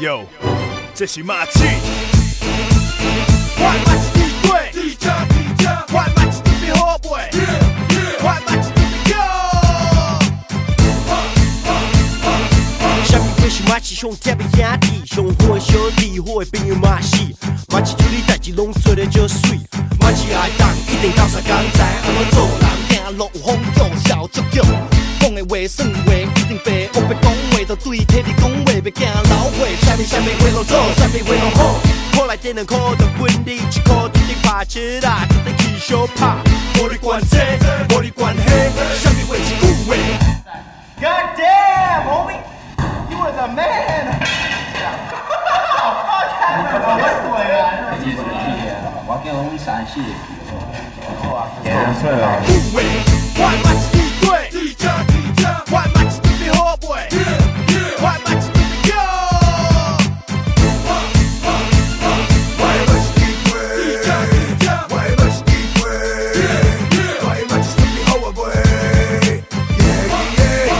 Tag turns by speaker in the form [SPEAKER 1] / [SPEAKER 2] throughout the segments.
[SPEAKER 1] ，Yo，这是马戏。我马戏地贵，地价地价，我马戏地比好卖，我马戏地比高。
[SPEAKER 2] 啥物鬼是马戏上贴的兄弟，上好的小弟，好的朋友马戏，马戏处理代志拢做得足水，马戏爱当一定斗相共知，安怎做人行路有风度，笑足够，讲的话算话一定白，黑白讲话就对体力讲话，袂惊老话，啥物啥物话拢做，啥物话拢好，好来这两块就分你一块，一定拍折啦，一定起小拍，无你管这，无你管那，啥物话一句话。
[SPEAKER 3] God damn, homie! You was a man!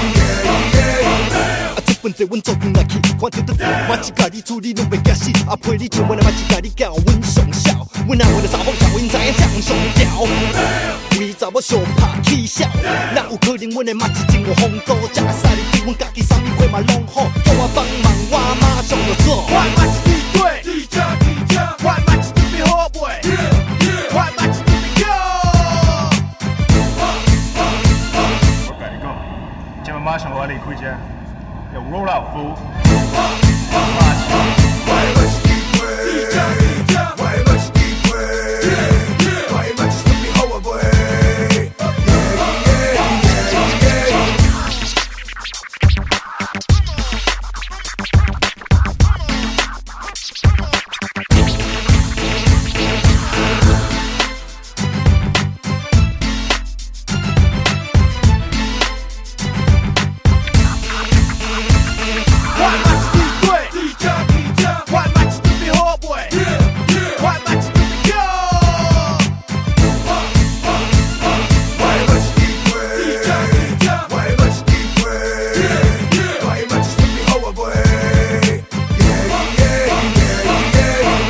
[SPEAKER 1] Yeah.
[SPEAKER 2] 啊，这份地阮做阵来去，看着得我马一甲你处理拢袂惊死，啊陪你上班的马一甲你教阮上笑，阮阿阮的查某笑，因知影谁上条，为查某上拍起笑，哪有可能阮的马一真有风度，才会使你对阮家己啥物货嘛拢好，叫我帮忙我马上就做。
[SPEAKER 1] 我嘛是地鬼，地家地家，我嘛是地皮好卖，我嘛是地皮高。
[SPEAKER 4] 我跟你讲，今晚马上我要离开这，要 roll out fool。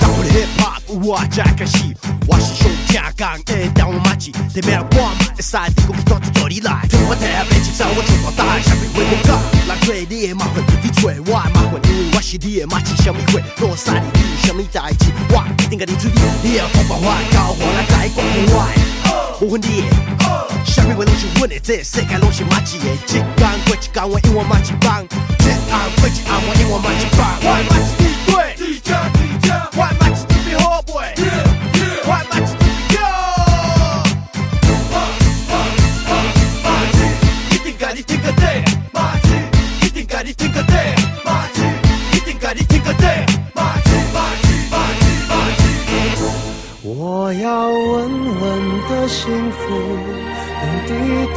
[SPEAKER 2] 到我的 hip hop，有啊我才开始。我是上正港的台湾马子，地面我嘛会使，你讲去怎就做你来。听我听袂清楚，我就我大，啥物话讲讲。人做你的麻烦，你找我的麻烦，因为我是你的马子，啥物话拢使你。你有啥物代志，我一定甲你处理。你要帮帮我，交互咱解决我的，有分你的。啥物话拢是阮的，这个世界拢是马子的。一天过一天，我永远马子棒；一暗过一暗，我永远马子棒。我的马子
[SPEAKER 5] 我要稳稳的幸福，能抵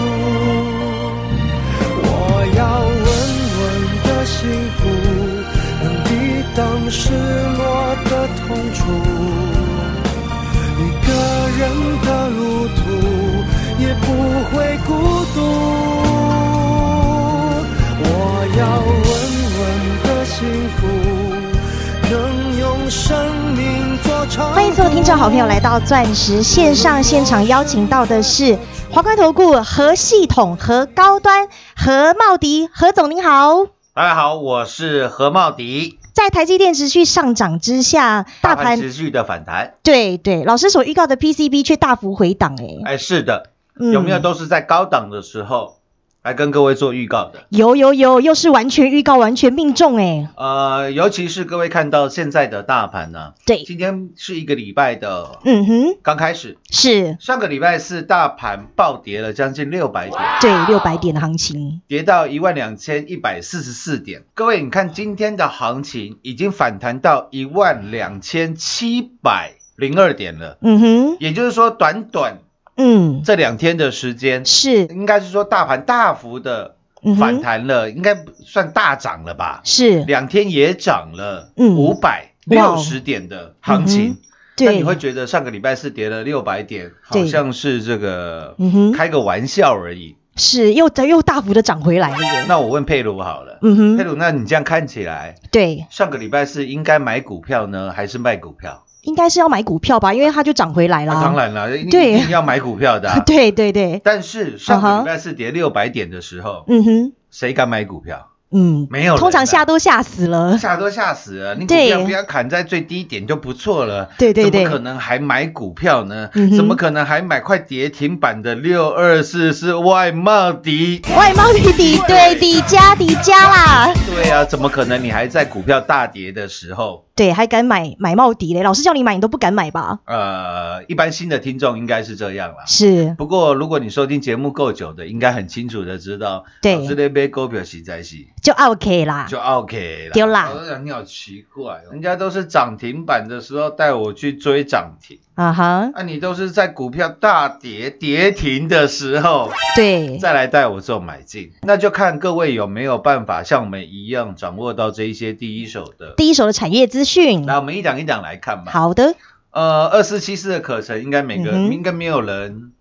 [SPEAKER 5] 我要稳稳的幸福，能抵挡失落的痛楚。一个人的路途也不会孤独。我要稳稳的幸福，能用生命做长。
[SPEAKER 6] 欢迎所有听众好朋友来到钻石线上现场，邀请到的是华冠投顾何系统、何高端、何茂迪、何总，您好。
[SPEAKER 7] 大家好，我是何茂迪。
[SPEAKER 6] 在台积电持续上涨之下，大盘
[SPEAKER 7] 持续的反弹，
[SPEAKER 6] 对对，老师所预告的 PCB 却大幅回档、欸，哎、
[SPEAKER 7] 哎，是的，
[SPEAKER 6] 嗯
[SPEAKER 7] 有没有都是在高档的时候来跟各位做预告的？
[SPEAKER 6] 有有有，又是完全预告，完全命中、欸，哎，
[SPEAKER 7] 呃，尤其是各位看到现在的大盘呢、
[SPEAKER 6] 对，
[SPEAKER 7] 今天是一个礼拜的
[SPEAKER 6] 嗯哼，
[SPEAKER 7] 刚开始，
[SPEAKER 6] 是，
[SPEAKER 7] 上个礼拜四大盘暴跌了将近六百点，
[SPEAKER 6] 对，六百点的行情，
[SPEAKER 7] 跌到一万两千一百四十四点。各位，你看今天的行情已经反弹到一万两千七百零二点了，
[SPEAKER 6] 嗯哼，
[SPEAKER 7] 也就是说，短短
[SPEAKER 6] 嗯，
[SPEAKER 7] 这两天的时间，
[SPEAKER 6] 是，
[SPEAKER 7] 应该是说大盘大幅的
[SPEAKER 6] 嗯哼
[SPEAKER 7] 反弹了，应该算大涨了吧？
[SPEAKER 6] 是，
[SPEAKER 7] 两天也涨了
[SPEAKER 6] 嗯
[SPEAKER 7] 五百
[SPEAKER 6] 哇哦
[SPEAKER 7] 六十点的行情。那
[SPEAKER 6] 对
[SPEAKER 7] 你，会觉得上个礼拜四跌了六百点，好
[SPEAKER 6] 对
[SPEAKER 7] 像是这个
[SPEAKER 6] 嗯哼
[SPEAKER 7] 开个玩笑而已。
[SPEAKER 6] 是，又又大幅的涨回来了耶，
[SPEAKER 7] 那我问佩鲁好了，
[SPEAKER 6] 嗯
[SPEAKER 7] 佩
[SPEAKER 6] 哼，
[SPEAKER 7] 鲁，那你这样看起来，
[SPEAKER 6] 对，
[SPEAKER 7] 上个礼拜是应该买股票呢，还是卖股票？
[SPEAKER 6] 应该是要买股票吧，因为它就涨回来了，
[SPEAKER 7] 啊、当，然了，一
[SPEAKER 6] 对
[SPEAKER 7] 一定要买股票的啊、
[SPEAKER 6] 对对对，
[SPEAKER 7] 但是
[SPEAKER 6] 啊
[SPEAKER 7] 上个
[SPEAKER 6] 哈
[SPEAKER 7] 礼拜四跌六百点的时候，
[SPEAKER 6] 嗯哼，
[SPEAKER 7] 谁敢买股票？
[SPEAKER 6] 嗯，
[SPEAKER 7] 没有人啊
[SPEAKER 6] 通常吓都吓死了，
[SPEAKER 7] 吓都吓死了！你股
[SPEAKER 6] 对
[SPEAKER 7] 票不要砍在最低点就不错了，
[SPEAKER 6] 对对对
[SPEAKER 7] 怎么可能还买股票呢？
[SPEAKER 6] 嗯哼
[SPEAKER 7] 怎么可能还买快跌停板的六二四是外贸底？
[SPEAKER 6] 外贸底底对底加底加啦，
[SPEAKER 7] 对啊，怎么可能你还在股票大跌的时候？
[SPEAKER 6] 对，还敢买买帽底嘞？老师叫你买，你都不敢买吧？
[SPEAKER 7] 呃，一般新的听众应该是这样啦。
[SPEAKER 6] 是，
[SPEAKER 7] 不过，如果你收听节目够久的，应该很清楚的知道，
[SPEAKER 6] 对
[SPEAKER 7] 老师那杯股票实在是
[SPEAKER 6] 就 OK 啦，
[SPEAKER 7] 就 OK 了。
[SPEAKER 6] 对啦
[SPEAKER 7] 我想你好奇怪、哦，人家都是涨停板的时候带我去追涨停，
[SPEAKER 6] 啊哈，
[SPEAKER 7] 啊，你都是在股票大跌跌停的时候
[SPEAKER 6] 对，
[SPEAKER 7] 再来带我做买进，那就看各位有没有办法像我们一样掌握到这一些第一手的。
[SPEAKER 6] 第一手的产业资讯，
[SPEAKER 7] 来，我们一档一档来看吧。，
[SPEAKER 6] 好的，
[SPEAKER 7] 呃，二四七四的可成，应该每个、
[SPEAKER 6] 嗯哼
[SPEAKER 7] 应该没有人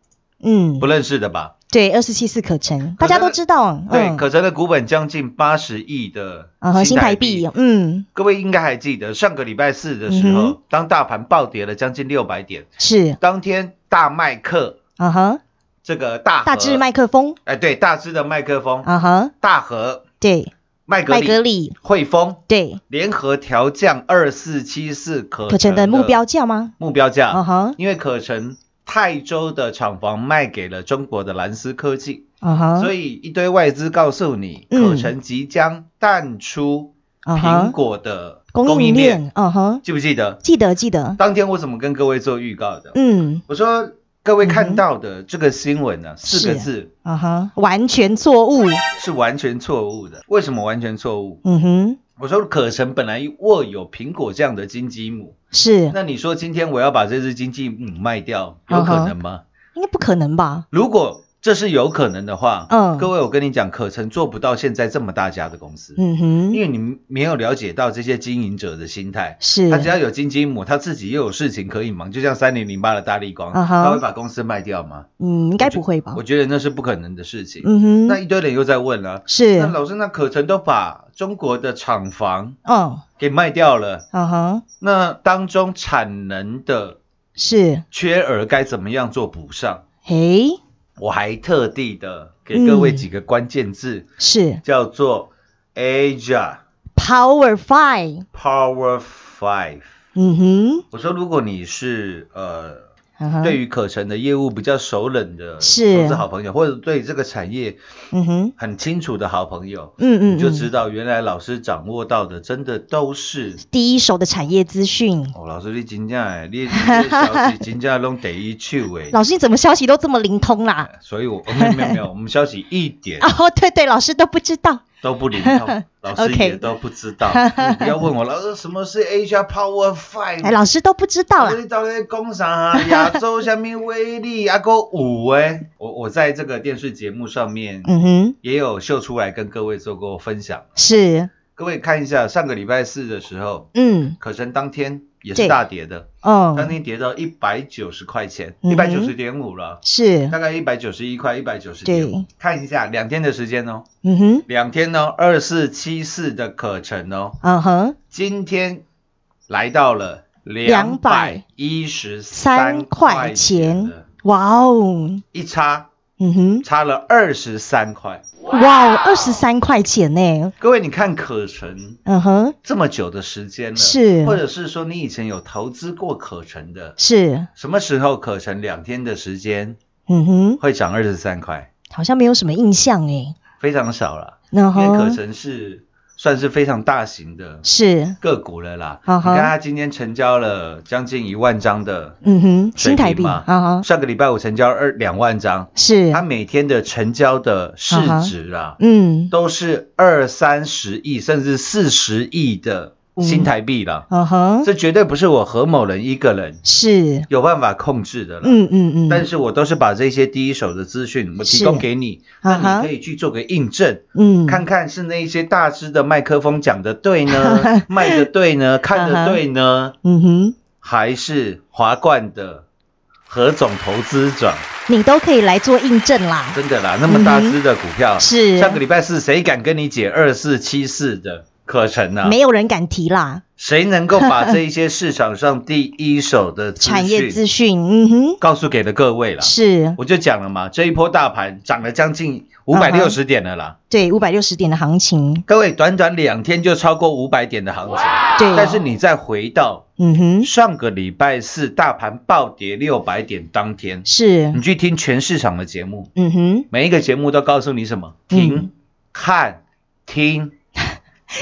[SPEAKER 6] 嗯
[SPEAKER 7] 不，认识的吧？
[SPEAKER 6] 对，二十七次可成，大
[SPEAKER 7] 可成
[SPEAKER 6] 家都知道，
[SPEAKER 7] 对，
[SPEAKER 6] 嗯，
[SPEAKER 7] 可成的股本将近八十亿的
[SPEAKER 6] 啊哈，新台币，嗯，
[SPEAKER 7] 各位应该还记得，上个礼拜四的时候，
[SPEAKER 6] 嗯
[SPEAKER 7] 当大盘暴跌了将近六百点，
[SPEAKER 6] 是，
[SPEAKER 7] 当天大麦克
[SPEAKER 6] 啊哈，
[SPEAKER 7] 这个大和
[SPEAKER 6] 大致麦克风，
[SPEAKER 7] 哎对，大致的麦克风，
[SPEAKER 6] 啊哈，
[SPEAKER 7] 大和
[SPEAKER 6] 对，
[SPEAKER 7] 麦格
[SPEAKER 6] 麦格
[SPEAKER 7] 里
[SPEAKER 6] 里，
[SPEAKER 7] 汇丰
[SPEAKER 6] 对，
[SPEAKER 7] 联合调降二四七四可
[SPEAKER 6] 可成
[SPEAKER 7] 成
[SPEAKER 6] 的目标价吗？
[SPEAKER 7] 目标价，
[SPEAKER 6] 啊哈，
[SPEAKER 7] 因为可成泰州的厂房卖给了中国的蓝思科技，
[SPEAKER 6] 啊哈，
[SPEAKER 7] 所以一堆外资告诉你，
[SPEAKER 6] 嗯
[SPEAKER 7] 可成即将淡出
[SPEAKER 6] 啊
[SPEAKER 7] 苹
[SPEAKER 6] 哈，
[SPEAKER 7] 果的
[SPEAKER 6] 供
[SPEAKER 7] 供
[SPEAKER 6] 应
[SPEAKER 7] 应链，
[SPEAKER 6] 链，啊哈，
[SPEAKER 7] 记不记得？
[SPEAKER 6] 记得记得，
[SPEAKER 7] 当天我怎么跟各位做预告的？
[SPEAKER 6] 嗯，
[SPEAKER 7] 我说各位看到的这个新闻呢、四个
[SPEAKER 6] 是
[SPEAKER 7] 字
[SPEAKER 6] 啊哈，完全错误，
[SPEAKER 7] 是完全错误的。为什么完全错误？
[SPEAKER 6] 嗯哼，
[SPEAKER 7] 我说可成本来握有苹果这样的金鸡母，
[SPEAKER 6] 是，
[SPEAKER 7] 那你说今天我要把这只金鸡母卖掉，有可能吗？
[SPEAKER 6] 应该不可能吧？
[SPEAKER 7] 如果这是有可能的话，
[SPEAKER 6] 嗯
[SPEAKER 7] 各位我跟你讲，可成做不到现在这么大家的公司，
[SPEAKER 6] 嗯
[SPEAKER 7] 因
[SPEAKER 6] 哼，
[SPEAKER 7] 为你没有了解到这些经营者的心态，
[SPEAKER 6] 是
[SPEAKER 7] 他，只要有金鸡母，他自己又有事情可以忙，就像三零零八的大力光
[SPEAKER 6] 啊哈
[SPEAKER 7] 他会把公司卖掉吗？
[SPEAKER 6] 嗯，应该不会吧
[SPEAKER 7] 我？觉得那是不可能的事情。
[SPEAKER 6] 嗯
[SPEAKER 7] 那
[SPEAKER 6] 哼，
[SPEAKER 7] 一堆人又在问了、那
[SPEAKER 6] 是，
[SPEAKER 7] 老师，那可成都把中国的厂房
[SPEAKER 6] 嗯，
[SPEAKER 7] 给卖掉了，
[SPEAKER 6] 啊哈，
[SPEAKER 7] 那当中产能的
[SPEAKER 6] 是，
[SPEAKER 7] 缺额该怎么样做补上？
[SPEAKER 6] 嘿，
[SPEAKER 7] 我还特地的给各位
[SPEAKER 6] 嗯
[SPEAKER 7] 几个关键字，
[SPEAKER 6] 是
[SPEAKER 7] 叫做 Asia
[SPEAKER 6] Power Five，
[SPEAKER 7] Power Five。
[SPEAKER 6] 嗯哼，
[SPEAKER 7] 我说，如果你是呃
[SPEAKER 6] 啊哈，
[SPEAKER 7] 对于可成的业务比较熟稔的
[SPEAKER 6] 是
[SPEAKER 7] 投资好朋友，或者对这个产业
[SPEAKER 6] 嗯哼，
[SPEAKER 7] 很清楚的好朋友，
[SPEAKER 6] 嗯嗯，
[SPEAKER 7] 你就
[SPEAKER 6] 嗯
[SPEAKER 7] 知道原来老师掌握到的真的都是。
[SPEAKER 6] 第一手的产业资讯。
[SPEAKER 7] 哦，老师你真正的，你你这消息真正拢第一手诶，
[SPEAKER 6] 老师，你怎么消息都这么灵通啦？
[SPEAKER 7] 所以我没有没有没有， 我们消息一点
[SPEAKER 6] 哦，对对，老师都不知道。
[SPEAKER 7] 都不 灵通，老师
[SPEAKER 6] OK
[SPEAKER 7] 也都不知 道。你不要问我，老师什么是 Asia Power
[SPEAKER 6] 哎，
[SPEAKER 7] Five？
[SPEAKER 6] 老师都不知道
[SPEAKER 7] 老师
[SPEAKER 6] 啦。
[SPEAKER 7] 你到底在讲 啥啊？亚洲什么威力啊？个五诶，我我在这个电视节目上面
[SPEAKER 6] 嗯哼，
[SPEAKER 7] 也有秀出来跟各位做过分享。
[SPEAKER 6] 是，
[SPEAKER 7] 各位看一下，上个礼拜四的时候，
[SPEAKER 6] 嗯，
[SPEAKER 7] 可成当天也
[SPEAKER 6] 对
[SPEAKER 7] 是大跌的，当
[SPEAKER 6] 哦，
[SPEAKER 7] 天跌到一百九十块钱，
[SPEAKER 6] 嗯
[SPEAKER 7] 一百
[SPEAKER 6] 哼
[SPEAKER 7] 九十点五了，
[SPEAKER 6] 是
[SPEAKER 7] 大，概一百九十一块，一百九十
[SPEAKER 6] 对
[SPEAKER 7] 点。看一下两天的时间哦，
[SPEAKER 6] 嗯哼，
[SPEAKER 7] 两天哦，二四七四的可成哦，
[SPEAKER 6] 嗯哼，
[SPEAKER 7] 今天来到了两百
[SPEAKER 6] 213
[SPEAKER 7] 一十
[SPEAKER 6] 三块
[SPEAKER 7] 钱
[SPEAKER 6] 钱
[SPEAKER 7] 了，
[SPEAKER 6] 哇哦，
[SPEAKER 7] 一差
[SPEAKER 6] 嗯哼，
[SPEAKER 7] 差了二十三块。
[SPEAKER 6] 哇哦，二十三块钱呢，
[SPEAKER 7] 各位，你看可成
[SPEAKER 6] 嗯哼，
[SPEAKER 7] 这么久的时间了，
[SPEAKER 6] 是
[SPEAKER 7] 或者是说你以前有投资过可成的，
[SPEAKER 6] 是，
[SPEAKER 7] 什么时候可成两天的时间
[SPEAKER 6] 嗯哼，
[SPEAKER 7] 会涨二十三块？
[SPEAKER 6] 好像没有什么印象嗯哎，
[SPEAKER 7] 非常少了，
[SPEAKER 6] 然
[SPEAKER 7] 因为可
[SPEAKER 6] 后
[SPEAKER 7] 成是算是非常大型的
[SPEAKER 6] 哦是，
[SPEAKER 7] 个股了啦。
[SPEAKER 6] 嗯
[SPEAKER 7] 你
[SPEAKER 6] 哼
[SPEAKER 7] 看它今天成交了将近一万张的
[SPEAKER 6] 嗯哼，
[SPEAKER 7] 水
[SPEAKER 6] 新台
[SPEAKER 7] 平
[SPEAKER 6] 币，
[SPEAKER 7] 嘛
[SPEAKER 6] 啊哈，
[SPEAKER 7] 上个礼拜五成交二两万张，
[SPEAKER 6] 是
[SPEAKER 7] 它，每天的成交的市值啊，
[SPEAKER 6] 嗯，
[SPEAKER 7] 都是二三十亿甚至四十亿的新台币了。
[SPEAKER 6] 嗯哼，
[SPEAKER 7] 这绝对不是我何某人一个人
[SPEAKER 6] 是，
[SPEAKER 7] 有办法控制的了。
[SPEAKER 6] 嗯嗯嗯，
[SPEAKER 7] 但是我都是把这些第一手的资讯我提
[SPEAKER 6] 是
[SPEAKER 7] 供给你，
[SPEAKER 6] 啊哈
[SPEAKER 7] 那你可以去做个印证，
[SPEAKER 6] 嗯，
[SPEAKER 7] 看看是那一些大师的麦克风讲的对 呢，卖的对呢，看
[SPEAKER 6] 啊哈
[SPEAKER 7] 的对呢，
[SPEAKER 6] 嗯哼，
[SPEAKER 7] 还是华冠的何总投资长？
[SPEAKER 6] 你都可以来做印证啦，
[SPEAKER 7] 真的啦，那么大只的股票，
[SPEAKER 6] 嗯是
[SPEAKER 7] 上个礼拜四谁敢跟你解二四七四的课程呢、
[SPEAKER 6] 没有人敢提啦，
[SPEAKER 7] 谁能够把这一些市场上第一手的资
[SPEAKER 6] 产业资
[SPEAKER 7] 讯
[SPEAKER 6] 讯，嗯哼，
[SPEAKER 7] 告诉给了各位啦。
[SPEAKER 6] 是
[SPEAKER 7] 我就讲了嘛，这一波大盘涨了将近五百六十点了啦。
[SPEAKER 6] 对五百六十点的行情，
[SPEAKER 7] 各位，短短两天就超过五百点的行情，
[SPEAKER 6] 对，
[SPEAKER 7] 但是你再回到
[SPEAKER 6] 嗯哼，
[SPEAKER 7] 上个礼拜四大盘暴跌六百点当天，
[SPEAKER 6] 是
[SPEAKER 7] 你，去听全市场的节目，
[SPEAKER 6] 嗯哼，
[SPEAKER 7] 每一个节目都告诉你什么？
[SPEAKER 6] 嗯
[SPEAKER 7] 停、看、 听，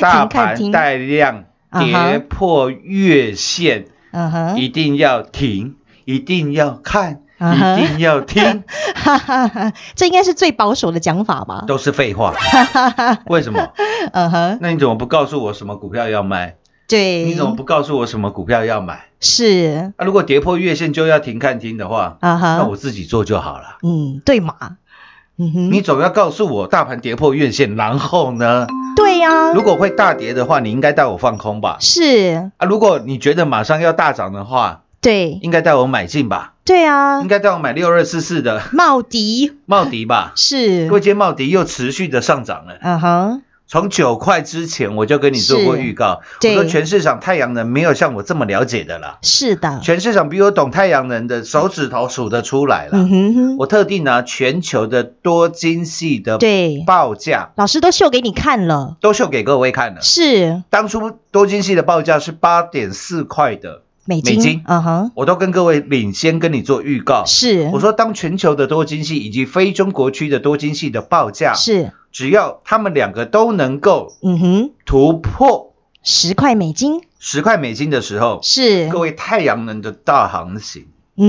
[SPEAKER 7] 大
[SPEAKER 6] 听
[SPEAKER 7] 盘带量
[SPEAKER 6] 啊哈
[SPEAKER 7] 跌破月线，
[SPEAKER 6] 嗯哼，
[SPEAKER 7] 一定要停，一定要看，
[SPEAKER 6] 啊哈
[SPEAKER 7] 一定要 听，
[SPEAKER 6] 哈哈哈， 这应该是最保守的讲法吧？
[SPEAKER 7] 都是 废话。为什么？
[SPEAKER 6] 嗯哼，
[SPEAKER 7] 那你怎么不告诉我什么股票要卖？
[SPEAKER 6] 对，
[SPEAKER 7] 你怎么不告诉我什么股票要买？
[SPEAKER 6] 是
[SPEAKER 7] 啊，如果跌破月线就要停看听的话，
[SPEAKER 6] 啊哈？
[SPEAKER 7] 那我自己做就好了。
[SPEAKER 6] 嗯，对嘛？嗯哼，
[SPEAKER 7] 你总要告诉我大盘跌破月线，然后呢？
[SPEAKER 6] 对呀、
[SPEAKER 7] 如果会大跌的话，你应该带我放空吧？
[SPEAKER 6] 是，
[SPEAKER 7] 啊，如果你觉得马上要大涨的话，
[SPEAKER 6] 对，
[SPEAKER 7] 应该带我买进吧？
[SPEAKER 6] 对啊
[SPEAKER 7] 应，该带我买六二四四的
[SPEAKER 6] 茂迪
[SPEAKER 7] 茂迪吧？
[SPEAKER 6] 是
[SPEAKER 7] 各，位，今天茂迪又持续的上涨了。
[SPEAKER 6] 嗯哼，
[SPEAKER 7] 从九块之前我就跟你做过
[SPEAKER 6] 是
[SPEAKER 7] 预告，我
[SPEAKER 6] 对
[SPEAKER 7] 说全市场太阳能没有像我这么了解的啦。
[SPEAKER 6] 是的，
[SPEAKER 7] 全市场比我懂太阳能的手指头数得出来了。
[SPEAKER 6] 嗯哼哼，
[SPEAKER 7] 我特地拿全球的多晶系的
[SPEAKER 6] 对，
[SPEAKER 7] 报价
[SPEAKER 6] 老师都秀给你看了，
[SPEAKER 7] 都秀给各位看了。
[SPEAKER 6] 是
[SPEAKER 7] 当初多晶系的报价是八点四块的，
[SPEAKER 6] 美
[SPEAKER 7] 美金
[SPEAKER 6] 金，嗯哼，
[SPEAKER 7] 我都跟各位领先跟你做预告。
[SPEAKER 6] 是
[SPEAKER 7] 我说，当全球的多晶系以及非中国区的多晶系的报价，
[SPEAKER 6] 是，
[SPEAKER 7] 只要他们两个都能够
[SPEAKER 6] 嗯哼，
[SPEAKER 7] 突破
[SPEAKER 6] 十块美金
[SPEAKER 7] 十块美金的时候，
[SPEAKER 6] 是，
[SPEAKER 7] 各位太阳能的大行情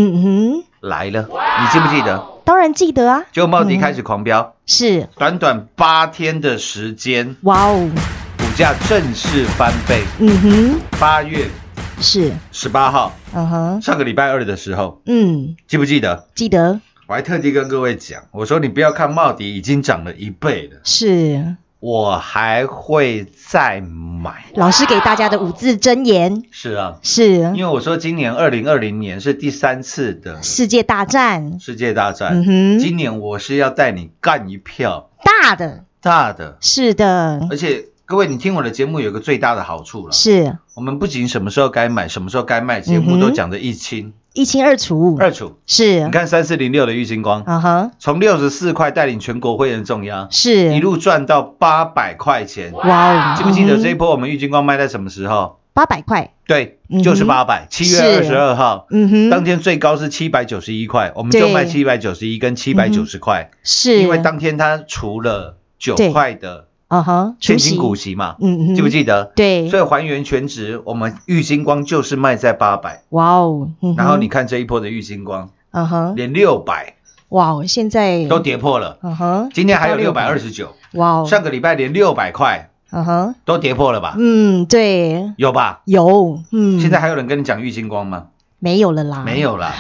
[SPEAKER 6] 嗯
[SPEAKER 7] 来了。你记不记得？
[SPEAKER 6] 哼，当然记得啊，
[SPEAKER 7] 就茂迪开
[SPEAKER 6] 嗯
[SPEAKER 7] 始狂飙。
[SPEAKER 6] 是，
[SPEAKER 7] 短短八天的时间，
[SPEAKER 6] 哇哦，
[SPEAKER 7] 股价正式翻倍。
[SPEAKER 6] 嗯
[SPEAKER 7] 八月
[SPEAKER 6] 哼，是，
[SPEAKER 7] 十八号，
[SPEAKER 6] 嗯哼，
[SPEAKER 7] 上个礼拜二的时候，
[SPEAKER 6] 嗯，
[SPEAKER 7] 记不记得？
[SPEAKER 6] 记得
[SPEAKER 7] 我还特地跟各位讲，我说你不要看茂迪已经涨了一倍了，
[SPEAKER 6] 是
[SPEAKER 7] 我还会再买。
[SPEAKER 6] 老师给大家的五字真言，
[SPEAKER 7] 是啊，
[SPEAKER 6] 是
[SPEAKER 7] 因为我说今年二零二零年是第三次的
[SPEAKER 6] 世界大战，
[SPEAKER 7] 世界大
[SPEAKER 6] 嗯
[SPEAKER 7] 战，
[SPEAKER 6] 哼，
[SPEAKER 7] 今年我是要带你干一票
[SPEAKER 6] 大的，
[SPEAKER 7] 大的，
[SPEAKER 6] 是的，
[SPEAKER 7] 而且各位，你听我的节目有个最大的好处了，
[SPEAKER 6] 是
[SPEAKER 7] 我们不仅什么时候该买，什么时候该卖，节
[SPEAKER 6] 嗯
[SPEAKER 7] 目
[SPEAKER 6] 哼
[SPEAKER 7] 都讲得一清
[SPEAKER 6] 一清二楚，
[SPEAKER 7] 二楚。
[SPEAKER 6] 是
[SPEAKER 7] 你，看三四零六的玉金光，
[SPEAKER 6] 啊哈，
[SPEAKER 7] 从六十四块带领全国会员重压，
[SPEAKER 6] 是
[SPEAKER 7] 一，路赚到八百块钱。
[SPEAKER 6] 哇哦，
[SPEAKER 7] 记不记得这一波我们玉金光卖在什么时候？
[SPEAKER 6] 八百块？
[SPEAKER 7] 对
[SPEAKER 6] 嗯哼，
[SPEAKER 7] 就是八百，七月二十二号。
[SPEAKER 6] 嗯
[SPEAKER 7] 当
[SPEAKER 6] 哼，
[SPEAKER 7] 天最高是七百九十一块，我们
[SPEAKER 6] 对嗯
[SPEAKER 7] 就卖七百九十一跟七百九十块，
[SPEAKER 6] 是，
[SPEAKER 7] 因为当天它除了九块的
[SPEAKER 6] 啊哈，
[SPEAKER 7] 现
[SPEAKER 6] 出
[SPEAKER 7] 金
[SPEAKER 6] 席，
[SPEAKER 7] 股息嘛，
[SPEAKER 6] 嗯哼，
[SPEAKER 7] 记不？记得？
[SPEAKER 6] 对
[SPEAKER 7] 所，以还原全值，我们玉金光就是卖在八百，
[SPEAKER 6] 哇哦，嗯哼
[SPEAKER 7] 然后你，看这一波的玉金光，
[SPEAKER 6] 啊哈，
[SPEAKER 7] 连六百
[SPEAKER 6] 哇哦，现在
[SPEAKER 7] 都，跌破了，
[SPEAKER 6] 啊哈，
[SPEAKER 7] 今天还有
[SPEAKER 6] 跌
[SPEAKER 7] 六
[SPEAKER 6] 到
[SPEAKER 7] 百
[SPEAKER 6] 600
[SPEAKER 7] 二十九，
[SPEAKER 6] 哇哦，
[SPEAKER 7] 上个礼拜连六百块
[SPEAKER 6] 啊哈，
[SPEAKER 7] 都跌破了吧？
[SPEAKER 6] 嗯，对，
[SPEAKER 7] 有吧？
[SPEAKER 6] 有，嗯，
[SPEAKER 7] 现在还有人跟你讲玉金光吗？
[SPEAKER 6] 没有了啦，
[SPEAKER 7] 没，有啦，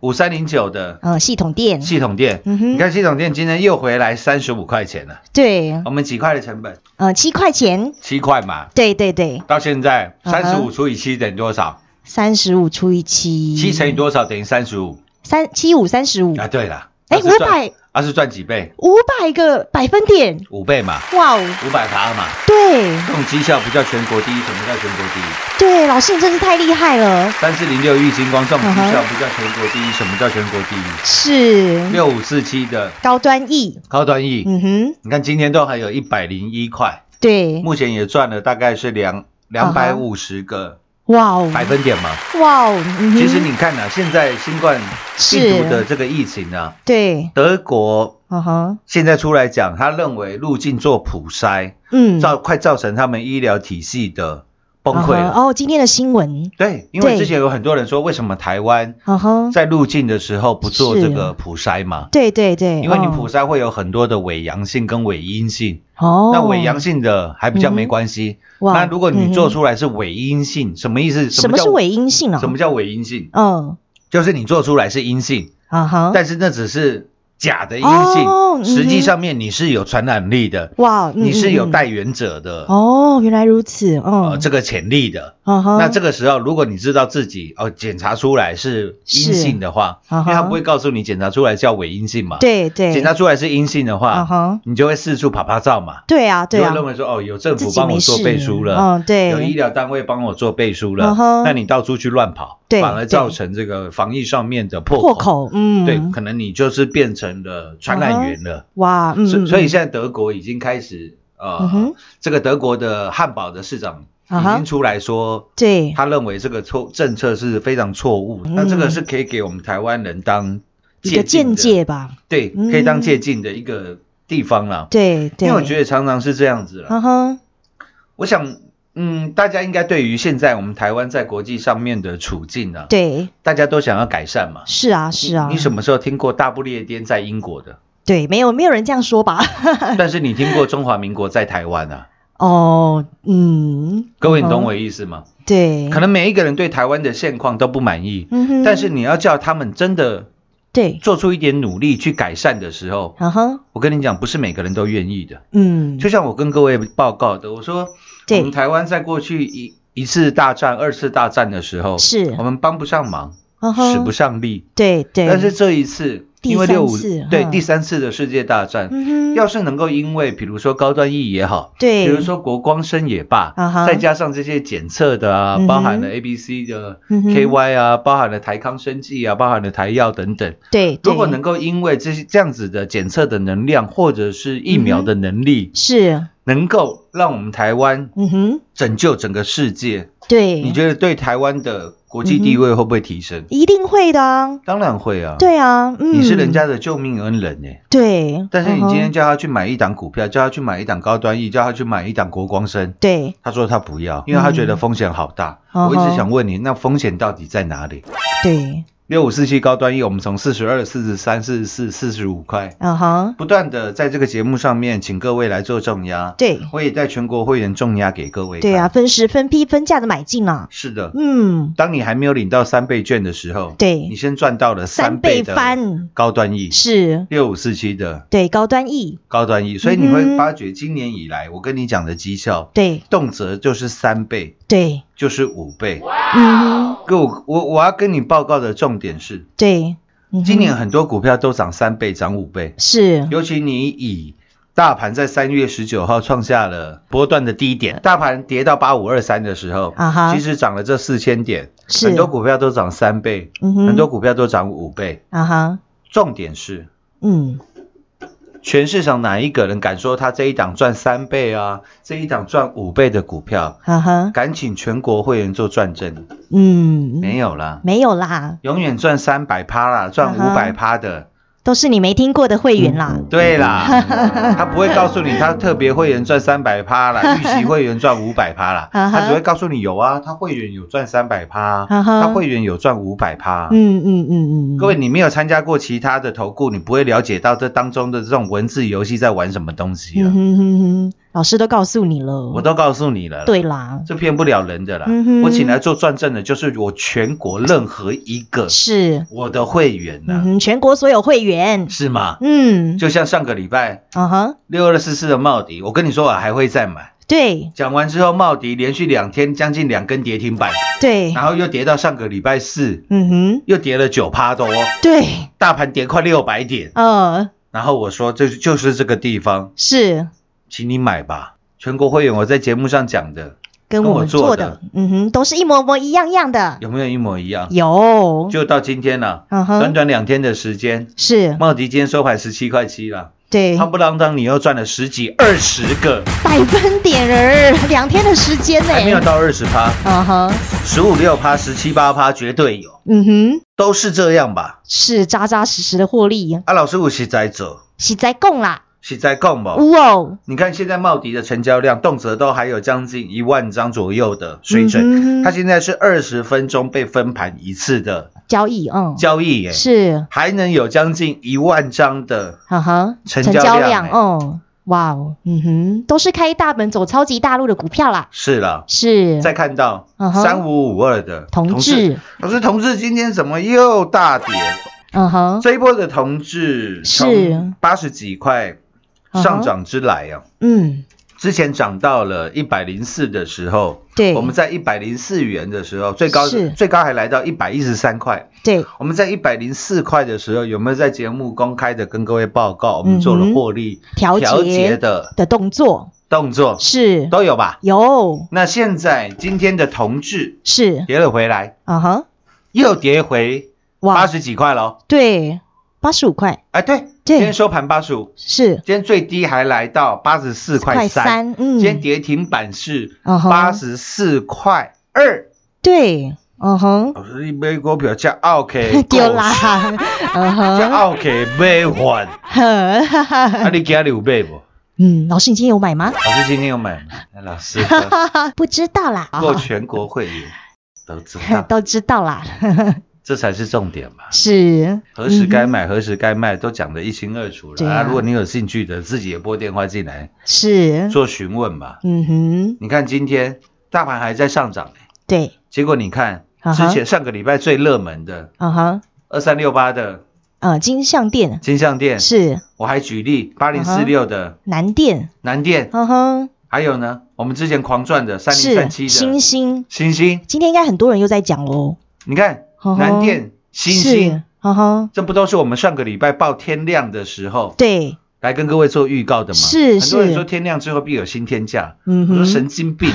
[SPEAKER 7] 五三零九的
[SPEAKER 6] 呃，系统店，
[SPEAKER 7] 系统店，
[SPEAKER 6] 嗯哼
[SPEAKER 7] 你看系统店今天又回来三十五块钱了，
[SPEAKER 6] 对，
[SPEAKER 7] 我们几块的成本？
[SPEAKER 6] 呃，七块钱，
[SPEAKER 7] 七块嘛，
[SPEAKER 6] 对对对，
[SPEAKER 7] 到现在
[SPEAKER 6] 嗯哼
[SPEAKER 7] 三十五除以七等于多少？
[SPEAKER 6] 三十五除以七，
[SPEAKER 7] 七乘以多少等于三十五
[SPEAKER 6] 三七五三十五，
[SPEAKER 7] 啊？对了，
[SPEAKER 6] 哎，
[SPEAKER 7] 它是
[SPEAKER 6] 五
[SPEAKER 7] 算
[SPEAKER 6] 百
[SPEAKER 7] 啊是赚几倍？
[SPEAKER 6] 五百个百分点，
[SPEAKER 7] 五倍嘛，
[SPEAKER 6] 哇哦！
[SPEAKER 7] 五百趴嘛。
[SPEAKER 6] 对
[SPEAKER 7] 这种绩效不叫全国第一，什么叫全国第一？
[SPEAKER 6] 对，老师你真是太厉害了，
[SPEAKER 7] 三四零六玉金光这种
[SPEAKER 6] 嗯
[SPEAKER 7] 绩
[SPEAKER 6] 哼
[SPEAKER 7] 效不叫全国第一，什么叫全国第一？
[SPEAKER 6] 是
[SPEAKER 7] 六五四七的
[SPEAKER 6] 高端艺，
[SPEAKER 7] 高端 E，、
[SPEAKER 6] 嗯哼，
[SPEAKER 7] 你看今天都还有一百零一块，
[SPEAKER 6] 对，
[SPEAKER 7] 目前也赚了大概是两两百五十个
[SPEAKER 6] 哇哦，
[SPEAKER 7] 百分点嘛。
[SPEAKER 6] 哇哦，嗯哼
[SPEAKER 7] 其实你看呐、现在新冠病
[SPEAKER 6] 是
[SPEAKER 7] 毒的这个疫情啊，
[SPEAKER 6] 对，
[SPEAKER 7] 德国
[SPEAKER 6] 嗯哼，
[SPEAKER 7] 现在出来讲，他认为入境做普筛，
[SPEAKER 6] 嗯，
[SPEAKER 7] 造快造成他们医疗体系的崩溃
[SPEAKER 6] 嗯哼
[SPEAKER 7] 了。
[SPEAKER 6] 哦，今天的新闻，
[SPEAKER 7] 对，因为
[SPEAKER 6] 对
[SPEAKER 7] 之前有很多人说，为什么台湾
[SPEAKER 6] 嗯哼，
[SPEAKER 7] 在入境的时候不做
[SPEAKER 6] 是
[SPEAKER 7] 这个普筛嘛？
[SPEAKER 6] 对对对，
[SPEAKER 7] 因为你
[SPEAKER 6] 哦
[SPEAKER 7] 普筛会有很多的伪阳性跟伪阴性，
[SPEAKER 6] 哦，
[SPEAKER 7] 那伪阳性的还比较没
[SPEAKER 6] 嗯哼
[SPEAKER 7] 关系。
[SPEAKER 6] 哇
[SPEAKER 7] 那如果你
[SPEAKER 6] 嗯
[SPEAKER 7] 做
[SPEAKER 6] 哼
[SPEAKER 7] 出来是伪阴性，什么意思？
[SPEAKER 6] 什么
[SPEAKER 7] 叫
[SPEAKER 6] 是伪阴性啊？
[SPEAKER 7] 什么叫伪阴性？
[SPEAKER 6] 嗯，
[SPEAKER 7] 就是你做出来是阴性，
[SPEAKER 6] 啊哈，
[SPEAKER 7] 但是那只是假的阴
[SPEAKER 6] 哦嗯
[SPEAKER 7] 性，
[SPEAKER 6] 哼
[SPEAKER 7] 实际上面你是有传染力的，
[SPEAKER 6] 哇，嗯
[SPEAKER 7] 你是有
[SPEAKER 6] 嗯
[SPEAKER 7] 带源者的
[SPEAKER 6] 嗯，哦，原来如此，嗯
[SPEAKER 7] 呃，，这个潜力的。
[SPEAKER 6] 啊哈，
[SPEAKER 7] 那这个时候，如果你知道自己哦检查出来是阴性的话，
[SPEAKER 6] 是
[SPEAKER 7] 因
[SPEAKER 6] 啊哈
[SPEAKER 7] 为他不会告诉你检查出来叫伪阴性嘛，，
[SPEAKER 6] 对对，
[SPEAKER 7] 检查出来是阴性的
[SPEAKER 6] 啊
[SPEAKER 7] 话，
[SPEAKER 6] 哈，
[SPEAKER 7] 你就会四处爬爬照嘛，
[SPEAKER 6] 对啊对
[SPEAKER 7] 就
[SPEAKER 6] 啊
[SPEAKER 7] 会，认为说哦有政
[SPEAKER 6] 自
[SPEAKER 7] 府
[SPEAKER 6] 己
[SPEAKER 7] 帮我
[SPEAKER 6] 没
[SPEAKER 7] 做
[SPEAKER 6] 事
[SPEAKER 7] 背书了，
[SPEAKER 6] 嗯对，
[SPEAKER 7] 有医疗单位帮我做背书了
[SPEAKER 6] 嗯哼，
[SPEAKER 7] 那你到处去乱跑，
[SPEAKER 6] 对
[SPEAKER 7] 反而造成这个防疫上面的破
[SPEAKER 6] 破
[SPEAKER 7] 口，
[SPEAKER 6] 口，嗯，
[SPEAKER 7] 对，可能你就是变成了传染源了，
[SPEAKER 6] 哇，嗯，
[SPEAKER 7] 所
[SPEAKER 6] 嗯
[SPEAKER 7] 所以
[SPEAKER 6] 嗯
[SPEAKER 7] 现在德国已经开始
[SPEAKER 6] 嗯
[SPEAKER 7] 呃
[SPEAKER 6] 哼，
[SPEAKER 7] 这个德国的汉堡的市长
[SPEAKER 6] 啊
[SPEAKER 7] 已
[SPEAKER 6] 哈
[SPEAKER 7] 经出来说。
[SPEAKER 6] 对，
[SPEAKER 7] 他认为这个错政策是非常错误的，
[SPEAKER 6] 嗯
[SPEAKER 7] 那这个是可以给我们台湾人当
[SPEAKER 6] 一个
[SPEAKER 7] 借
[SPEAKER 6] 见
[SPEAKER 7] 鉴的，
[SPEAKER 6] 解吧，
[SPEAKER 7] 对，
[SPEAKER 6] 嗯
[SPEAKER 7] 可以当借鉴的一个地方啦。
[SPEAKER 6] 对对，
[SPEAKER 7] 因为我觉得常常是这样子啦。
[SPEAKER 6] 啊哈，
[SPEAKER 7] 我想，嗯，大家应该对于现在我们台湾在国际上面的处境啊，
[SPEAKER 6] 对，
[SPEAKER 7] 大家都想要改善嘛。
[SPEAKER 6] 是啊是啊，
[SPEAKER 7] 你什么时候听过大不列颠在英 国的？
[SPEAKER 6] 对，没有没有人这样说吧？
[SPEAKER 7] 但是你听过中华民国在台湾啊？
[SPEAKER 6] 哦，嗯，
[SPEAKER 7] 各位，你懂
[SPEAKER 6] 嗯
[SPEAKER 7] 我意思吗？
[SPEAKER 6] 对，
[SPEAKER 7] 可能每一个人对台湾的现况都不满意，
[SPEAKER 6] 嗯哼，
[SPEAKER 7] 但是你要叫他们真的
[SPEAKER 6] 对，
[SPEAKER 7] 做出一点努力去改善的时候，
[SPEAKER 6] 啊哈，
[SPEAKER 7] 我跟你讲，不是每个人都愿意的。
[SPEAKER 6] 嗯，
[SPEAKER 7] 就像我跟各位报告的，我说我
[SPEAKER 6] 对
[SPEAKER 7] 们台湾在过去一一次大战、二次大战的时候，
[SPEAKER 6] 是
[SPEAKER 7] 我们帮不上忙，
[SPEAKER 6] 啊哈
[SPEAKER 7] 使不上力。
[SPEAKER 6] 对对，
[SPEAKER 7] 但是这一次，
[SPEAKER 6] 第
[SPEAKER 7] 因为六五
[SPEAKER 6] 三次
[SPEAKER 7] 对
[SPEAKER 6] 嗯
[SPEAKER 7] 第三次的世界大战，
[SPEAKER 6] 嗯哼，
[SPEAKER 7] 要是能够因为比如说高端疫也好，
[SPEAKER 6] 对，
[SPEAKER 7] 比如说国光生也罢
[SPEAKER 6] 啊哈，
[SPEAKER 7] 再加上这些检测的啊
[SPEAKER 6] 嗯哼，
[SPEAKER 7] 包含了 A B C 的
[SPEAKER 6] 嗯哼
[SPEAKER 7] K Y 啊，包含了台康生技啊，包含了台药等等。
[SPEAKER 6] 对，
[SPEAKER 7] 如果
[SPEAKER 6] 对
[SPEAKER 7] 能够因为这些这样子的检测的能量，或者是疫苗的能力，
[SPEAKER 6] 嗯是，
[SPEAKER 7] 能够让我们台湾
[SPEAKER 6] 嗯哼，
[SPEAKER 7] 拯救整个世界，
[SPEAKER 6] 对，
[SPEAKER 7] 你觉得对台湾的国际地位会不会提升？
[SPEAKER 6] 一定会的啊，
[SPEAKER 7] 当然会啊，，
[SPEAKER 6] 对啊，嗯，
[SPEAKER 7] 你是人家的救命恩人呢、欸
[SPEAKER 6] 对，
[SPEAKER 7] 但是你
[SPEAKER 6] 嗯哼
[SPEAKER 7] 今天叫他去买一档股票，叫他去买一档高端 E，叫他去买一档国光生，
[SPEAKER 6] 对，
[SPEAKER 7] 他说他不要，因为他觉得风险好
[SPEAKER 6] 嗯
[SPEAKER 7] 大。我一
[SPEAKER 6] 嗯
[SPEAKER 7] 直
[SPEAKER 6] 哼
[SPEAKER 7] 想问你，那风险到底在哪里？
[SPEAKER 6] 对，
[SPEAKER 7] 六五四七高端 E，我们从四十二、四十三、四十四、四十五块，
[SPEAKER 6] 啊哈，
[SPEAKER 7] 不断的在这个节目上面，请各位来做重压。
[SPEAKER 6] 对，
[SPEAKER 7] 我也在全国会员重压给各位。
[SPEAKER 6] 对啊，，分时分批分价的买进啊，
[SPEAKER 7] 是的。
[SPEAKER 6] 嗯，
[SPEAKER 7] 当你还没有领到三倍券的时候，
[SPEAKER 6] 对
[SPEAKER 7] 你先赚到了
[SPEAKER 6] 三
[SPEAKER 7] 倍
[SPEAKER 6] 倍
[SPEAKER 7] 的
[SPEAKER 6] 翻
[SPEAKER 7] 高端 E，
[SPEAKER 6] 是，
[SPEAKER 7] 六五四七的
[SPEAKER 6] 对，高端 E，
[SPEAKER 7] 高端 E，所以你会
[SPEAKER 6] 嗯
[SPEAKER 7] 发觉今年以来我跟你讲的绩效，
[SPEAKER 6] 对
[SPEAKER 7] 动辄就是三倍，
[SPEAKER 6] 对，
[SPEAKER 7] 就是五倍。
[SPEAKER 6] 嗯哼，
[SPEAKER 7] 各位我我我要跟你报告的重点是，
[SPEAKER 6] 对，嗯哼
[SPEAKER 7] 今年很多股票都涨三倍、涨五倍，
[SPEAKER 6] 是，
[SPEAKER 7] 尤其你以大盘在三月十九号创下了波段的低点，大盘跌到八五二三的时候，
[SPEAKER 6] 啊哈
[SPEAKER 7] 其实涨了这四千点，
[SPEAKER 6] 是
[SPEAKER 7] 很多股票都涨三倍，
[SPEAKER 6] 嗯哼
[SPEAKER 7] 很多股票都涨五倍。
[SPEAKER 6] 啊哈，
[SPEAKER 7] 重点是，
[SPEAKER 6] 嗯，
[SPEAKER 7] 全市场哪一个人敢说他这一档赚三倍啊，这一档赚五倍的股票？
[SPEAKER 6] 啊哈，
[SPEAKER 7] 敢请全国会员做转正？
[SPEAKER 6] 嗯，
[SPEAKER 7] 没有啦，
[SPEAKER 6] 没有啦，
[SPEAKER 7] 永远赚三百趴啦，
[SPEAKER 6] 啊
[SPEAKER 7] 赚五百趴的。
[SPEAKER 6] 都是你没听过的会员啦，
[SPEAKER 7] 对啦， 他不会告诉你他特别会员赚三百趴 啦，预期会员赚五百趴啦，
[SPEAKER 6] 啊哈
[SPEAKER 7] 他只会告诉你有啊，他会员有赚三百趴，
[SPEAKER 6] 啊哈
[SPEAKER 7] 他会员有赚五百趴。
[SPEAKER 6] 嗯嗯嗯嗯，
[SPEAKER 7] 各位，，你没啊有参加过其他的投顾，你不会了解到这当中的这种文字游戏在玩什么东西
[SPEAKER 6] 嗯
[SPEAKER 7] 啊。
[SPEAKER 6] 哼哼哼，老师都告诉你了，
[SPEAKER 7] 我都告诉你了，，
[SPEAKER 6] 对啦，
[SPEAKER 7] 这骗不了人的啦
[SPEAKER 6] 嗯。哼
[SPEAKER 7] 我请来做转正的，就是我全国任何一个
[SPEAKER 6] 是，
[SPEAKER 7] 我的会员
[SPEAKER 6] 嗯
[SPEAKER 7] 呐，
[SPEAKER 6] 哼，全国所有会员，
[SPEAKER 7] 是吗？
[SPEAKER 6] 嗯，
[SPEAKER 7] 就像上个礼拜
[SPEAKER 6] 啊哈，
[SPEAKER 7] 六二四四的茂迪，我跟你说我还会再买。
[SPEAKER 6] 对
[SPEAKER 7] 讲完之后，茂迪连续两天将近两根跌停板，
[SPEAKER 6] 对，
[SPEAKER 7] 然后又跌到上个礼拜四，
[SPEAKER 6] 嗯哼，
[SPEAKER 7] 又跌了九趴多，
[SPEAKER 6] 对，
[SPEAKER 7] 大盘跌快六百点，
[SPEAKER 6] 呃，
[SPEAKER 7] 然后我说这就是这个地方，
[SPEAKER 6] 是
[SPEAKER 7] 请你买吧。全国会员我在节目上讲的，
[SPEAKER 6] 跟
[SPEAKER 7] 跟
[SPEAKER 6] 我
[SPEAKER 7] 我
[SPEAKER 6] 们
[SPEAKER 7] 做
[SPEAKER 6] 做
[SPEAKER 7] 的
[SPEAKER 6] 的，嗯哼，都是一模模一样样的。
[SPEAKER 7] 有没有一模一样？
[SPEAKER 6] 有，
[SPEAKER 7] 就到今天了，
[SPEAKER 6] 嗯
[SPEAKER 7] 短
[SPEAKER 6] 哼，
[SPEAKER 7] 短两天的时间，
[SPEAKER 6] 是
[SPEAKER 7] 茂迪今天收盘十七块七了，
[SPEAKER 6] 对，
[SPEAKER 7] 夯不啷当你又赚了十几二十个，
[SPEAKER 6] 百分点儿，两天的时间呢、
[SPEAKER 7] 还没有到二十趴，
[SPEAKER 6] 嗯哼，
[SPEAKER 7] 十五六趴、十七八趴绝对有，
[SPEAKER 6] 嗯哼，
[SPEAKER 7] 都是这样吧？
[SPEAKER 6] 是扎扎实实的获利，
[SPEAKER 7] 啊，老师我实在走，
[SPEAKER 6] 是在供啦，
[SPEAKER 7] 实在讲不？
[SPEAKER 6] 呜哦，
[SPEAKER 7] 你看现在茂迪的成交量，动辄都还有将近一万张左右的水准，
[SPEAKER 6] 准
[SPEAKER 7] 它现在是二十分钟被分盘一次的
[SPEAKER 6] 交易，嗯，
[SPEAKER 7] 交易耶，
[SPEAKER 6] 是，
[SPEAKER 7] 还能有将近一万张的，
[SPEAKER 6] 哈哈，
[SPEAKER 7] 成
[SPEAKER 6] 交
[SPEAKER 7] 交量欸
[SPEAKER 6] 哦，哇哦，嗯哼，都是开大门走超级大路的股票啦，
[SPEAKER 7] 是了。
[SPEAKER 6] 是，
[SPEAKER 7] 再看到
[SPEAKER 6] 嗯哼
[SPEAKER 7] 三五五二的
[SPEAKER 6] 同
[SPEAKER 7] 志，
[SPEAKER 6] 志，
[SPEAKER 7] 老师，同志今天怎么又大跌？
[SPEAKER 6] 嗯哼，
[SPEAKER 7] 这一波的同志
[SPEAKER 6] 是
[SPEAKER 7] 八十几块
[SPEAKER 6] 嗯哼
[SPEAKER 7] 上涨之来啊，
[SPEAKER 6] 嗯，
[SPEAKER 7] 之前涨到了一百零四的时候，
[SPEAKER 6] 对，
[SPEAKER 7] 我们在一百零四元的时候，最高
[SPEAKER 6] 是
[SPEAKER 7] 最高还来到一百一十三块。
[SPEAKER 6] 对，
[SPEAKER 7] 我们在一百零四块的时候，有没有在节目公开的跟各位报告，我们做了获利
[SPEAKER 6] 嗯调节
[SPEAKER 7] 的
[SPEAKER 6] 的动作
[SPEAKER 7] 动作，
[SPEAKER 6] 是
[SPEAKER 7] 都有吧？
[SPEAKER 6] 有，
[SPEAKER 7] 那现在今天的同志
[SPEAKER 6] 是，
[SPEAKER 7] 跌了回来，
[SPEAKER 6] 啊哈，
[SPEAKER 7] 又跌回八
[SPEAKER 6] 哇，
[SPEAKER 7] 十几块喽。
[SPEAKER 6] 对，八十五块，
[SPEAKER 7] 哎，对，今天收盘八十五，
[SPEAKER 6] 是
[SPEAKER 7] 今天最低还来到八十四块三，，
[SPEAKER 6] 嗯，
[SPEAKER 7] 今天跌停板是
[SPEAKER 6] 嗯哼
[SPEAKER 7] 八十四块二。
[SPEAKER 6] 对，嗯哼，
[SPEAKER 7] 老师，你买股票才 OK，
[SPEAKER 6] 丢啦，嗯
[SPEAKER 7] 才
[SPEAKER 6] 哼，
[SPEAKER 7] OK 买完，
[SPEAKER 6] 呵哈
[SPEAKER 7] 啊，
[SPEAKER 6] 哈，
[SPEAKER 7] 你今日有买不？
[SPEAKER 6] 嗯，老师，你今天有买吗？
[SPEAKER 7] 老师今天有买吗？哎老师
[SPEAKER 6] 不知道啦，
[SPEAKER 7] 过啊全国会员都知道，
[SPEAKER 6] 都知道啦，
[SPEAKER 7] 这才是重点
[SPEAKER 6] 嗯
[SPEAKER 7] 嘛。
[SPEAKER 6] 是，嗯
[SPEAKER 7] 何时该买，何时该卖，都讲得一清二楚
[SPEAKER 6] 对
[SPEAKER 7] 了。
[SPEAKER 6] 啊
[SPEAKER 7] 啊，如果你有兴趣的，自己也拨电话进来
[SPEAKER 6] 是，
[SPEAKER 7] 做询问吧。
[SPEAKER 6] 嗯哼，
[SPEAKER 7] 你看今天大盘还在上涨、
[SPEAKER 6] 对，
[SPEAKER 7] 结果你看
[SPEAKER 6] 啊哈
[SPEAKER 7] 之前上个礼拜最热门的
[SPEAKER 6] 啊哈，
[SPEAKER 7] 二三六八的
[SPEAKER 6] 呃，金项店
[SPEAKER 7] 金像店，
[SPEAKER 6] 是
[SPEAKER 7] 我还举例八零四六的
[SPEAKER 6] 南店，
[SPEAKER 7] 南电，
[SPEAKER 6] 嗯哼，
[SPEAKER 7] 还有呢，我们之前狂赚的三零
[SPEAKER 6] 是
[SPEAKER 7] 三七
[SPEAKER 6] 星
[SPEAKER 7] 的
[SPEAKER 6] 星，
[SPEAKER 7] 星星，
[SPEAKER 6] 今天应该很多人又在讲喽，
[SPEAKER 7] 你看
[SPEAKER 6] 啊哈
[SPEAKER 7] 南电、星星
[SPEAKER 6] 是，，嗯哼，
[SPEAKER 7] 这不都是我们上个礼拜报天量的时候
[SPEAKER 6] 对，
[SPEAKER 7] 来跟各位做预告的吗？
[SPEAKER 6] 是
[SPEAKER 7] 很多
[SPEAKER 6] 是
[SPEAKER 7] 人说天量之后必有新天价，
[SPEAKER 6] 嗯
[SPEAKER 7] 我说
[SPEAKER 6] 哼，
[SPEAKER 7] 神经 病，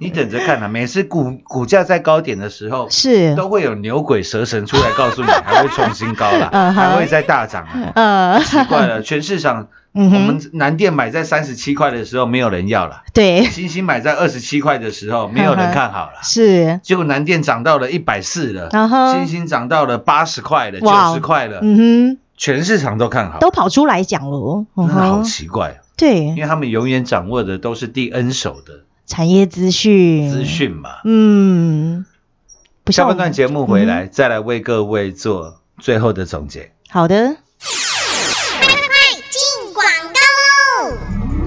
[SPEAKER 7] 你等着看啊！每次股股价在高点的时候，
[SPEAKER 6] 是，
[SPEAKER 7] 都会有牛鬼蛇神出来告 诉你，还会创新高啦，
[SPEAKER 6] 嗯哼
[SPEAKER 7] 还会再大涨啦。
[SPEAKER 6] 呃，
[SPEAKER 7] 奇怪了，全市场我
[SPEAKER 6] 嗯
[SPEAKER 7] 们
[SPEAKER 6] 哼，
[SPEAKER 7] 南电买在三十七块的时候没有人要了，
[SPEAKER 6] 对，
[SPEAKER 7] 星星买在二十七块的时候没有人看好 了。
[SPEAKER 6] 是，
[SPEAKER 7] 结果南电涨到了一百四了，
[SPEAKER 6] 嗯哼
[SPEAKER 7] 星星涨到了八十块了，
[SPEAKER 6] 哇哦
[SPEAKER 7] 九十块了，
[SPEAKER 6] 嗯
[SPEAKER 7] 全市场都看好
[SPEAKER 6] 哼，，都跑出来讲喽，嗯
[SPEAKER 7] 真的好
[SPEAKER 6] 哼，
[SPEAKER 7] 奇怪，哦因
[SPEAKER 6] 对，
[SPEAKER 7] 为他们永远掌握的都是第 N 手的
[SPEAKER 6] 产业资讯，
[SPEAKER 7] 资，讯嘛。
[SPEAKER 6] 嗯，不嗯
[SPEAKER 7] 下
[SPEAKER 6] 像我
[SPEAKER 7] 半
[SPEAKER 6] 们
[SPEAKER 7] 段节目回来，再来为各位做最后的总结。
[SPEAKER 6] 好的，
[SPEAKER 8] 进广告喽！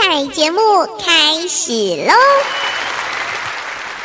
[SPEAKER 8] 彩节目开始喽！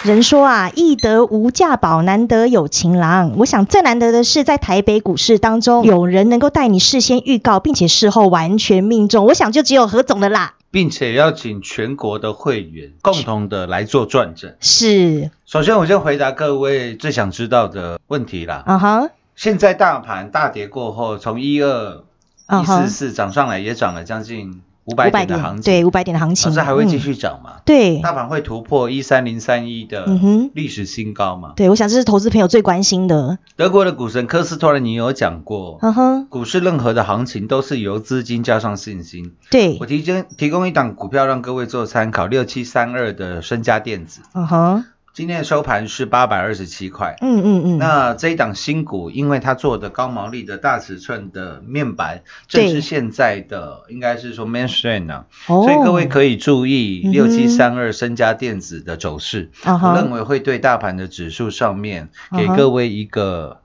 [SPEAKER 6] 人说啊，易得无价宝，难得有情郎。我想最难得的是，在台北股市当中，有人能够带你事先预告，并且事后完全命中。我想就只有何总的啦。
[SPEAKER 7] 并且要请全国的会员共同的来做转正。
[SPEAKER 6] 是，
[SPEAKER 7] 首先，我先回答各位最想知道的问题啦。
[SPEAKER 6] 啊哈，
[SPEAKER 7] 现在大盘大跌过后，从一二
[SPEAKER 6] 啊
[SPEAKER 7] 一
[SPEAKER 6] 哈
[SPEAKER 7] 四，四涨上来，也涨了将近五
[SPEAKER 6] 五
[SPEAKER 7] 百
[SPEAKER 6] 百
[SPEAKER 7] 点的
[SPEAKER 6] 点
[SPEAKER 7] 行，情，
[SPEAKER 6] 对，五百点的行情，
[SPEAKER 7] 老师还会继
[SPEAKER 6] 嗯
[SPEAKER 7] 续涨吗？
[SPEAKER 6] 对
[SPEAKER 7] 大盘会突破一三零三一的
[SPEAKER 6] 嗯哼
[SPEAKER 7] 历史新高吗？
[SPEAKER 6] 对，我想这是投资朋友最关心的。
[SPEAKER 7] 德国的股神科斯托尔尼有讲过，
[SPEAKER 6] 嗯哼，
[SPEAKER 7] 股市任何的行情都是由资金加上信心。
[SPEAKER 6] 对
[SPEAKER 7] 我，提供提供一档股票让各位做参考，六七三二的身家电子，
[SPEAKER 6] 嗯哼，
[SPEAKER 7] 今天的收盘是八百二十七块。
[SPEAKER 6] 嗯嗯嗯，
[SPEAKER 7] 那这一档新股，因为它做的高毛利的大尺寸的面板，正
[SPEAKER 6] 对
[SPEAKER 7] 是现在的应该是说 mainstream 啊，
[SPEAKER 6] 哦
[SPEAKER 7] 所以各位可以注意
[SPEAKER 6] 嗯哼
[SPEAKER 7] 嗯六七三二身家电子的走势，
[SPEAKER 6] 啊哈
[SPEAKER 7] 我认为会对大盘的指数上面给
[SPEAKER 6] 啊哈
[SPEAKER 7] 各位一个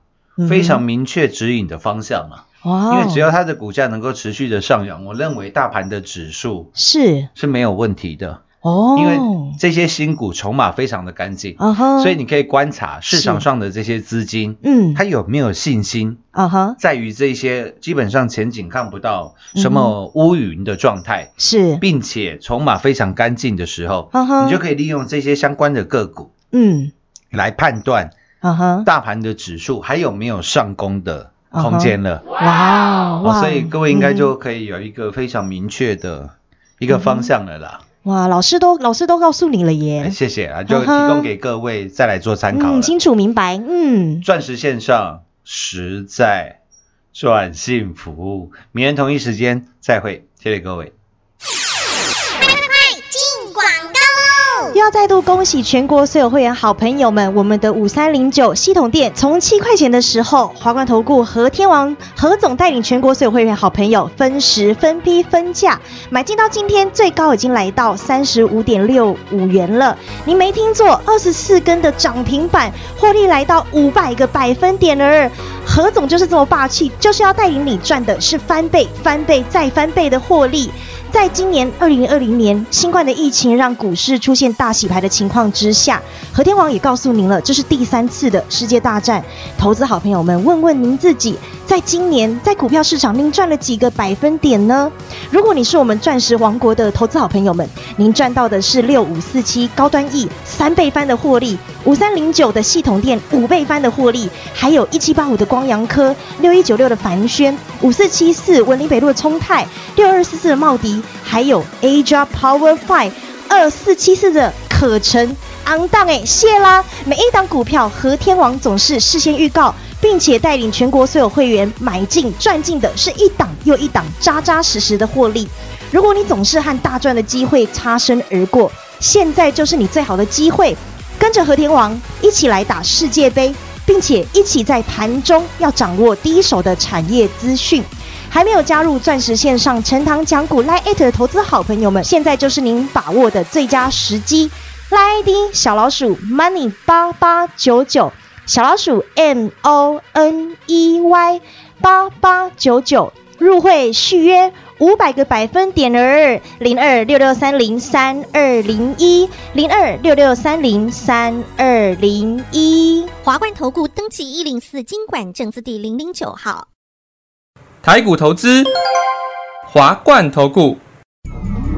[SPEAKER 7] 非常明确指引的方向嘛。
[SPEAKER 6] 哇
[SPEAKER 7] 因
[SPEAKER 6] 哦，
[SPEAKER 7] 为只要它的股价能够持续的上扬，我认为大盘的指数
[SPEAKER 6] 是
[SPEAKER 7] 是没有问题的，
[SPEAKER 6] 哦，
[SPEAKER 7] 因为这些新股筹码非常的干净，
[SPEAKER 6] 啊哈，
[SPEAKER 7] 所以你可以观察市场
[SPEAKER 6] 是
[SPEAKER 7] 上的这些资金，
[SPEAKER 6] 嗯
[SPEAKER 7] 它有没有信心
[SPEAKER 6] 啊哈
[SPEAKER 7] 在于这些基本上前景看不到
[SPEAKER 6] 嗯
[SPEAKER 7] 什么乌云的状态，
[SPEAKER 6] 是
[SPEAKER 7] 并且筹码非常干净的时候，
[SPEAKER 6] 啊哈
[SPEAKER 7] 你就可以利用这些相关的个股
[SPEAKER 6] 嗯
[SPEAKER 7] 来判断
[SPEAKER 6] 啊哈，
[SPEAKER 7] 大盘的指数还有没有上攻的空间了。
[SPEAKER 6] 嗯哇哦
[SPEAKER 7] 哦
[SPEAKER 6] 哇，
[SPEAKER 7] 所以各位应该
[SPEAKER 6] 嗯
[SPEAKER 7] 就可以有一个非常明确的一个方向了啦。
[SPEAKER 6] 哇，老师都老师都告诉你了
[SPEAKER 7] 哎
[SPEAKER 6] 耶，
[SPEAKER 7] 谢谢啊，就
[SPEAKER 6] 嗯
[SPEAKER 7] 提
[SPEAKER 6] 哼
[SPEAKER 7] 供给各位再来做参考了
[SPEAKER 6] 嗯，。清楚明白，嗯，
[SPEAKER 7] 钻石线上实在赚幸福，明天同一时间再会，谢谢各位。
[SPEAKER 8] 进广告喽！
[SPEAKER 6] 又要再度恭喜全国所有会员好朋友们，我们的五三零九系统店从七块钱的时候，华冠投顾何天王何总带领全国所有会员好朋友分时分批分价买进，到今天最高已经来到三十五点六五元了。您没听错，二十四根的涨停板，获利来到五百个百分点了。何总就是这么霸气，就是要带领你赚的是翻倍、翻倍再翻倍的获利。在今年二零二零年新冠的疫情让股市出现大洗牌的情况之下，和天王也告诉您了，这是第三次的世界大战。投资好朋友们，问问您自己，在今年在股票市场您赚了几个百分点呢？如果你是我们钻石王国的投资好朋友们，您赚到的是六五四七高端 E 三倍翻的获利，五三零九的系统店五倍翻的获利，还有一七八五的光阳科，六一九六的凡轩，五四七四文林北路的聪泰，六二四四的茂迪，还有 Asia Power Five 二四七四的可成。昂荡哎，谢啦！每一档股票，和天王总是事先预告，并且带领全国所有会员买进赚进的是一档又一档扎扎实实的获利。如果你总是和大赚的机会擦身而过，现在就是你最好的机会，跟着和天王一起来打世界杯，并且一起在盘中要掌握第一手的产业资讯。还没有加入钻石线上陈堂讲股 Line at 的投资好朋友们，现在就是您把握的最佳时机。Line ID 小老鼠 Money 八八九九，小老鼠 M O N E Y 八八九九，入会续约五百个百分点儿，零二六六三零三二零一，零二六六三零三二零一。
[SPEAKER 8] 华冠投顾登记一零四经管证字第零零九号。
[SPEAKER 9] 台股投资，华冠投顾，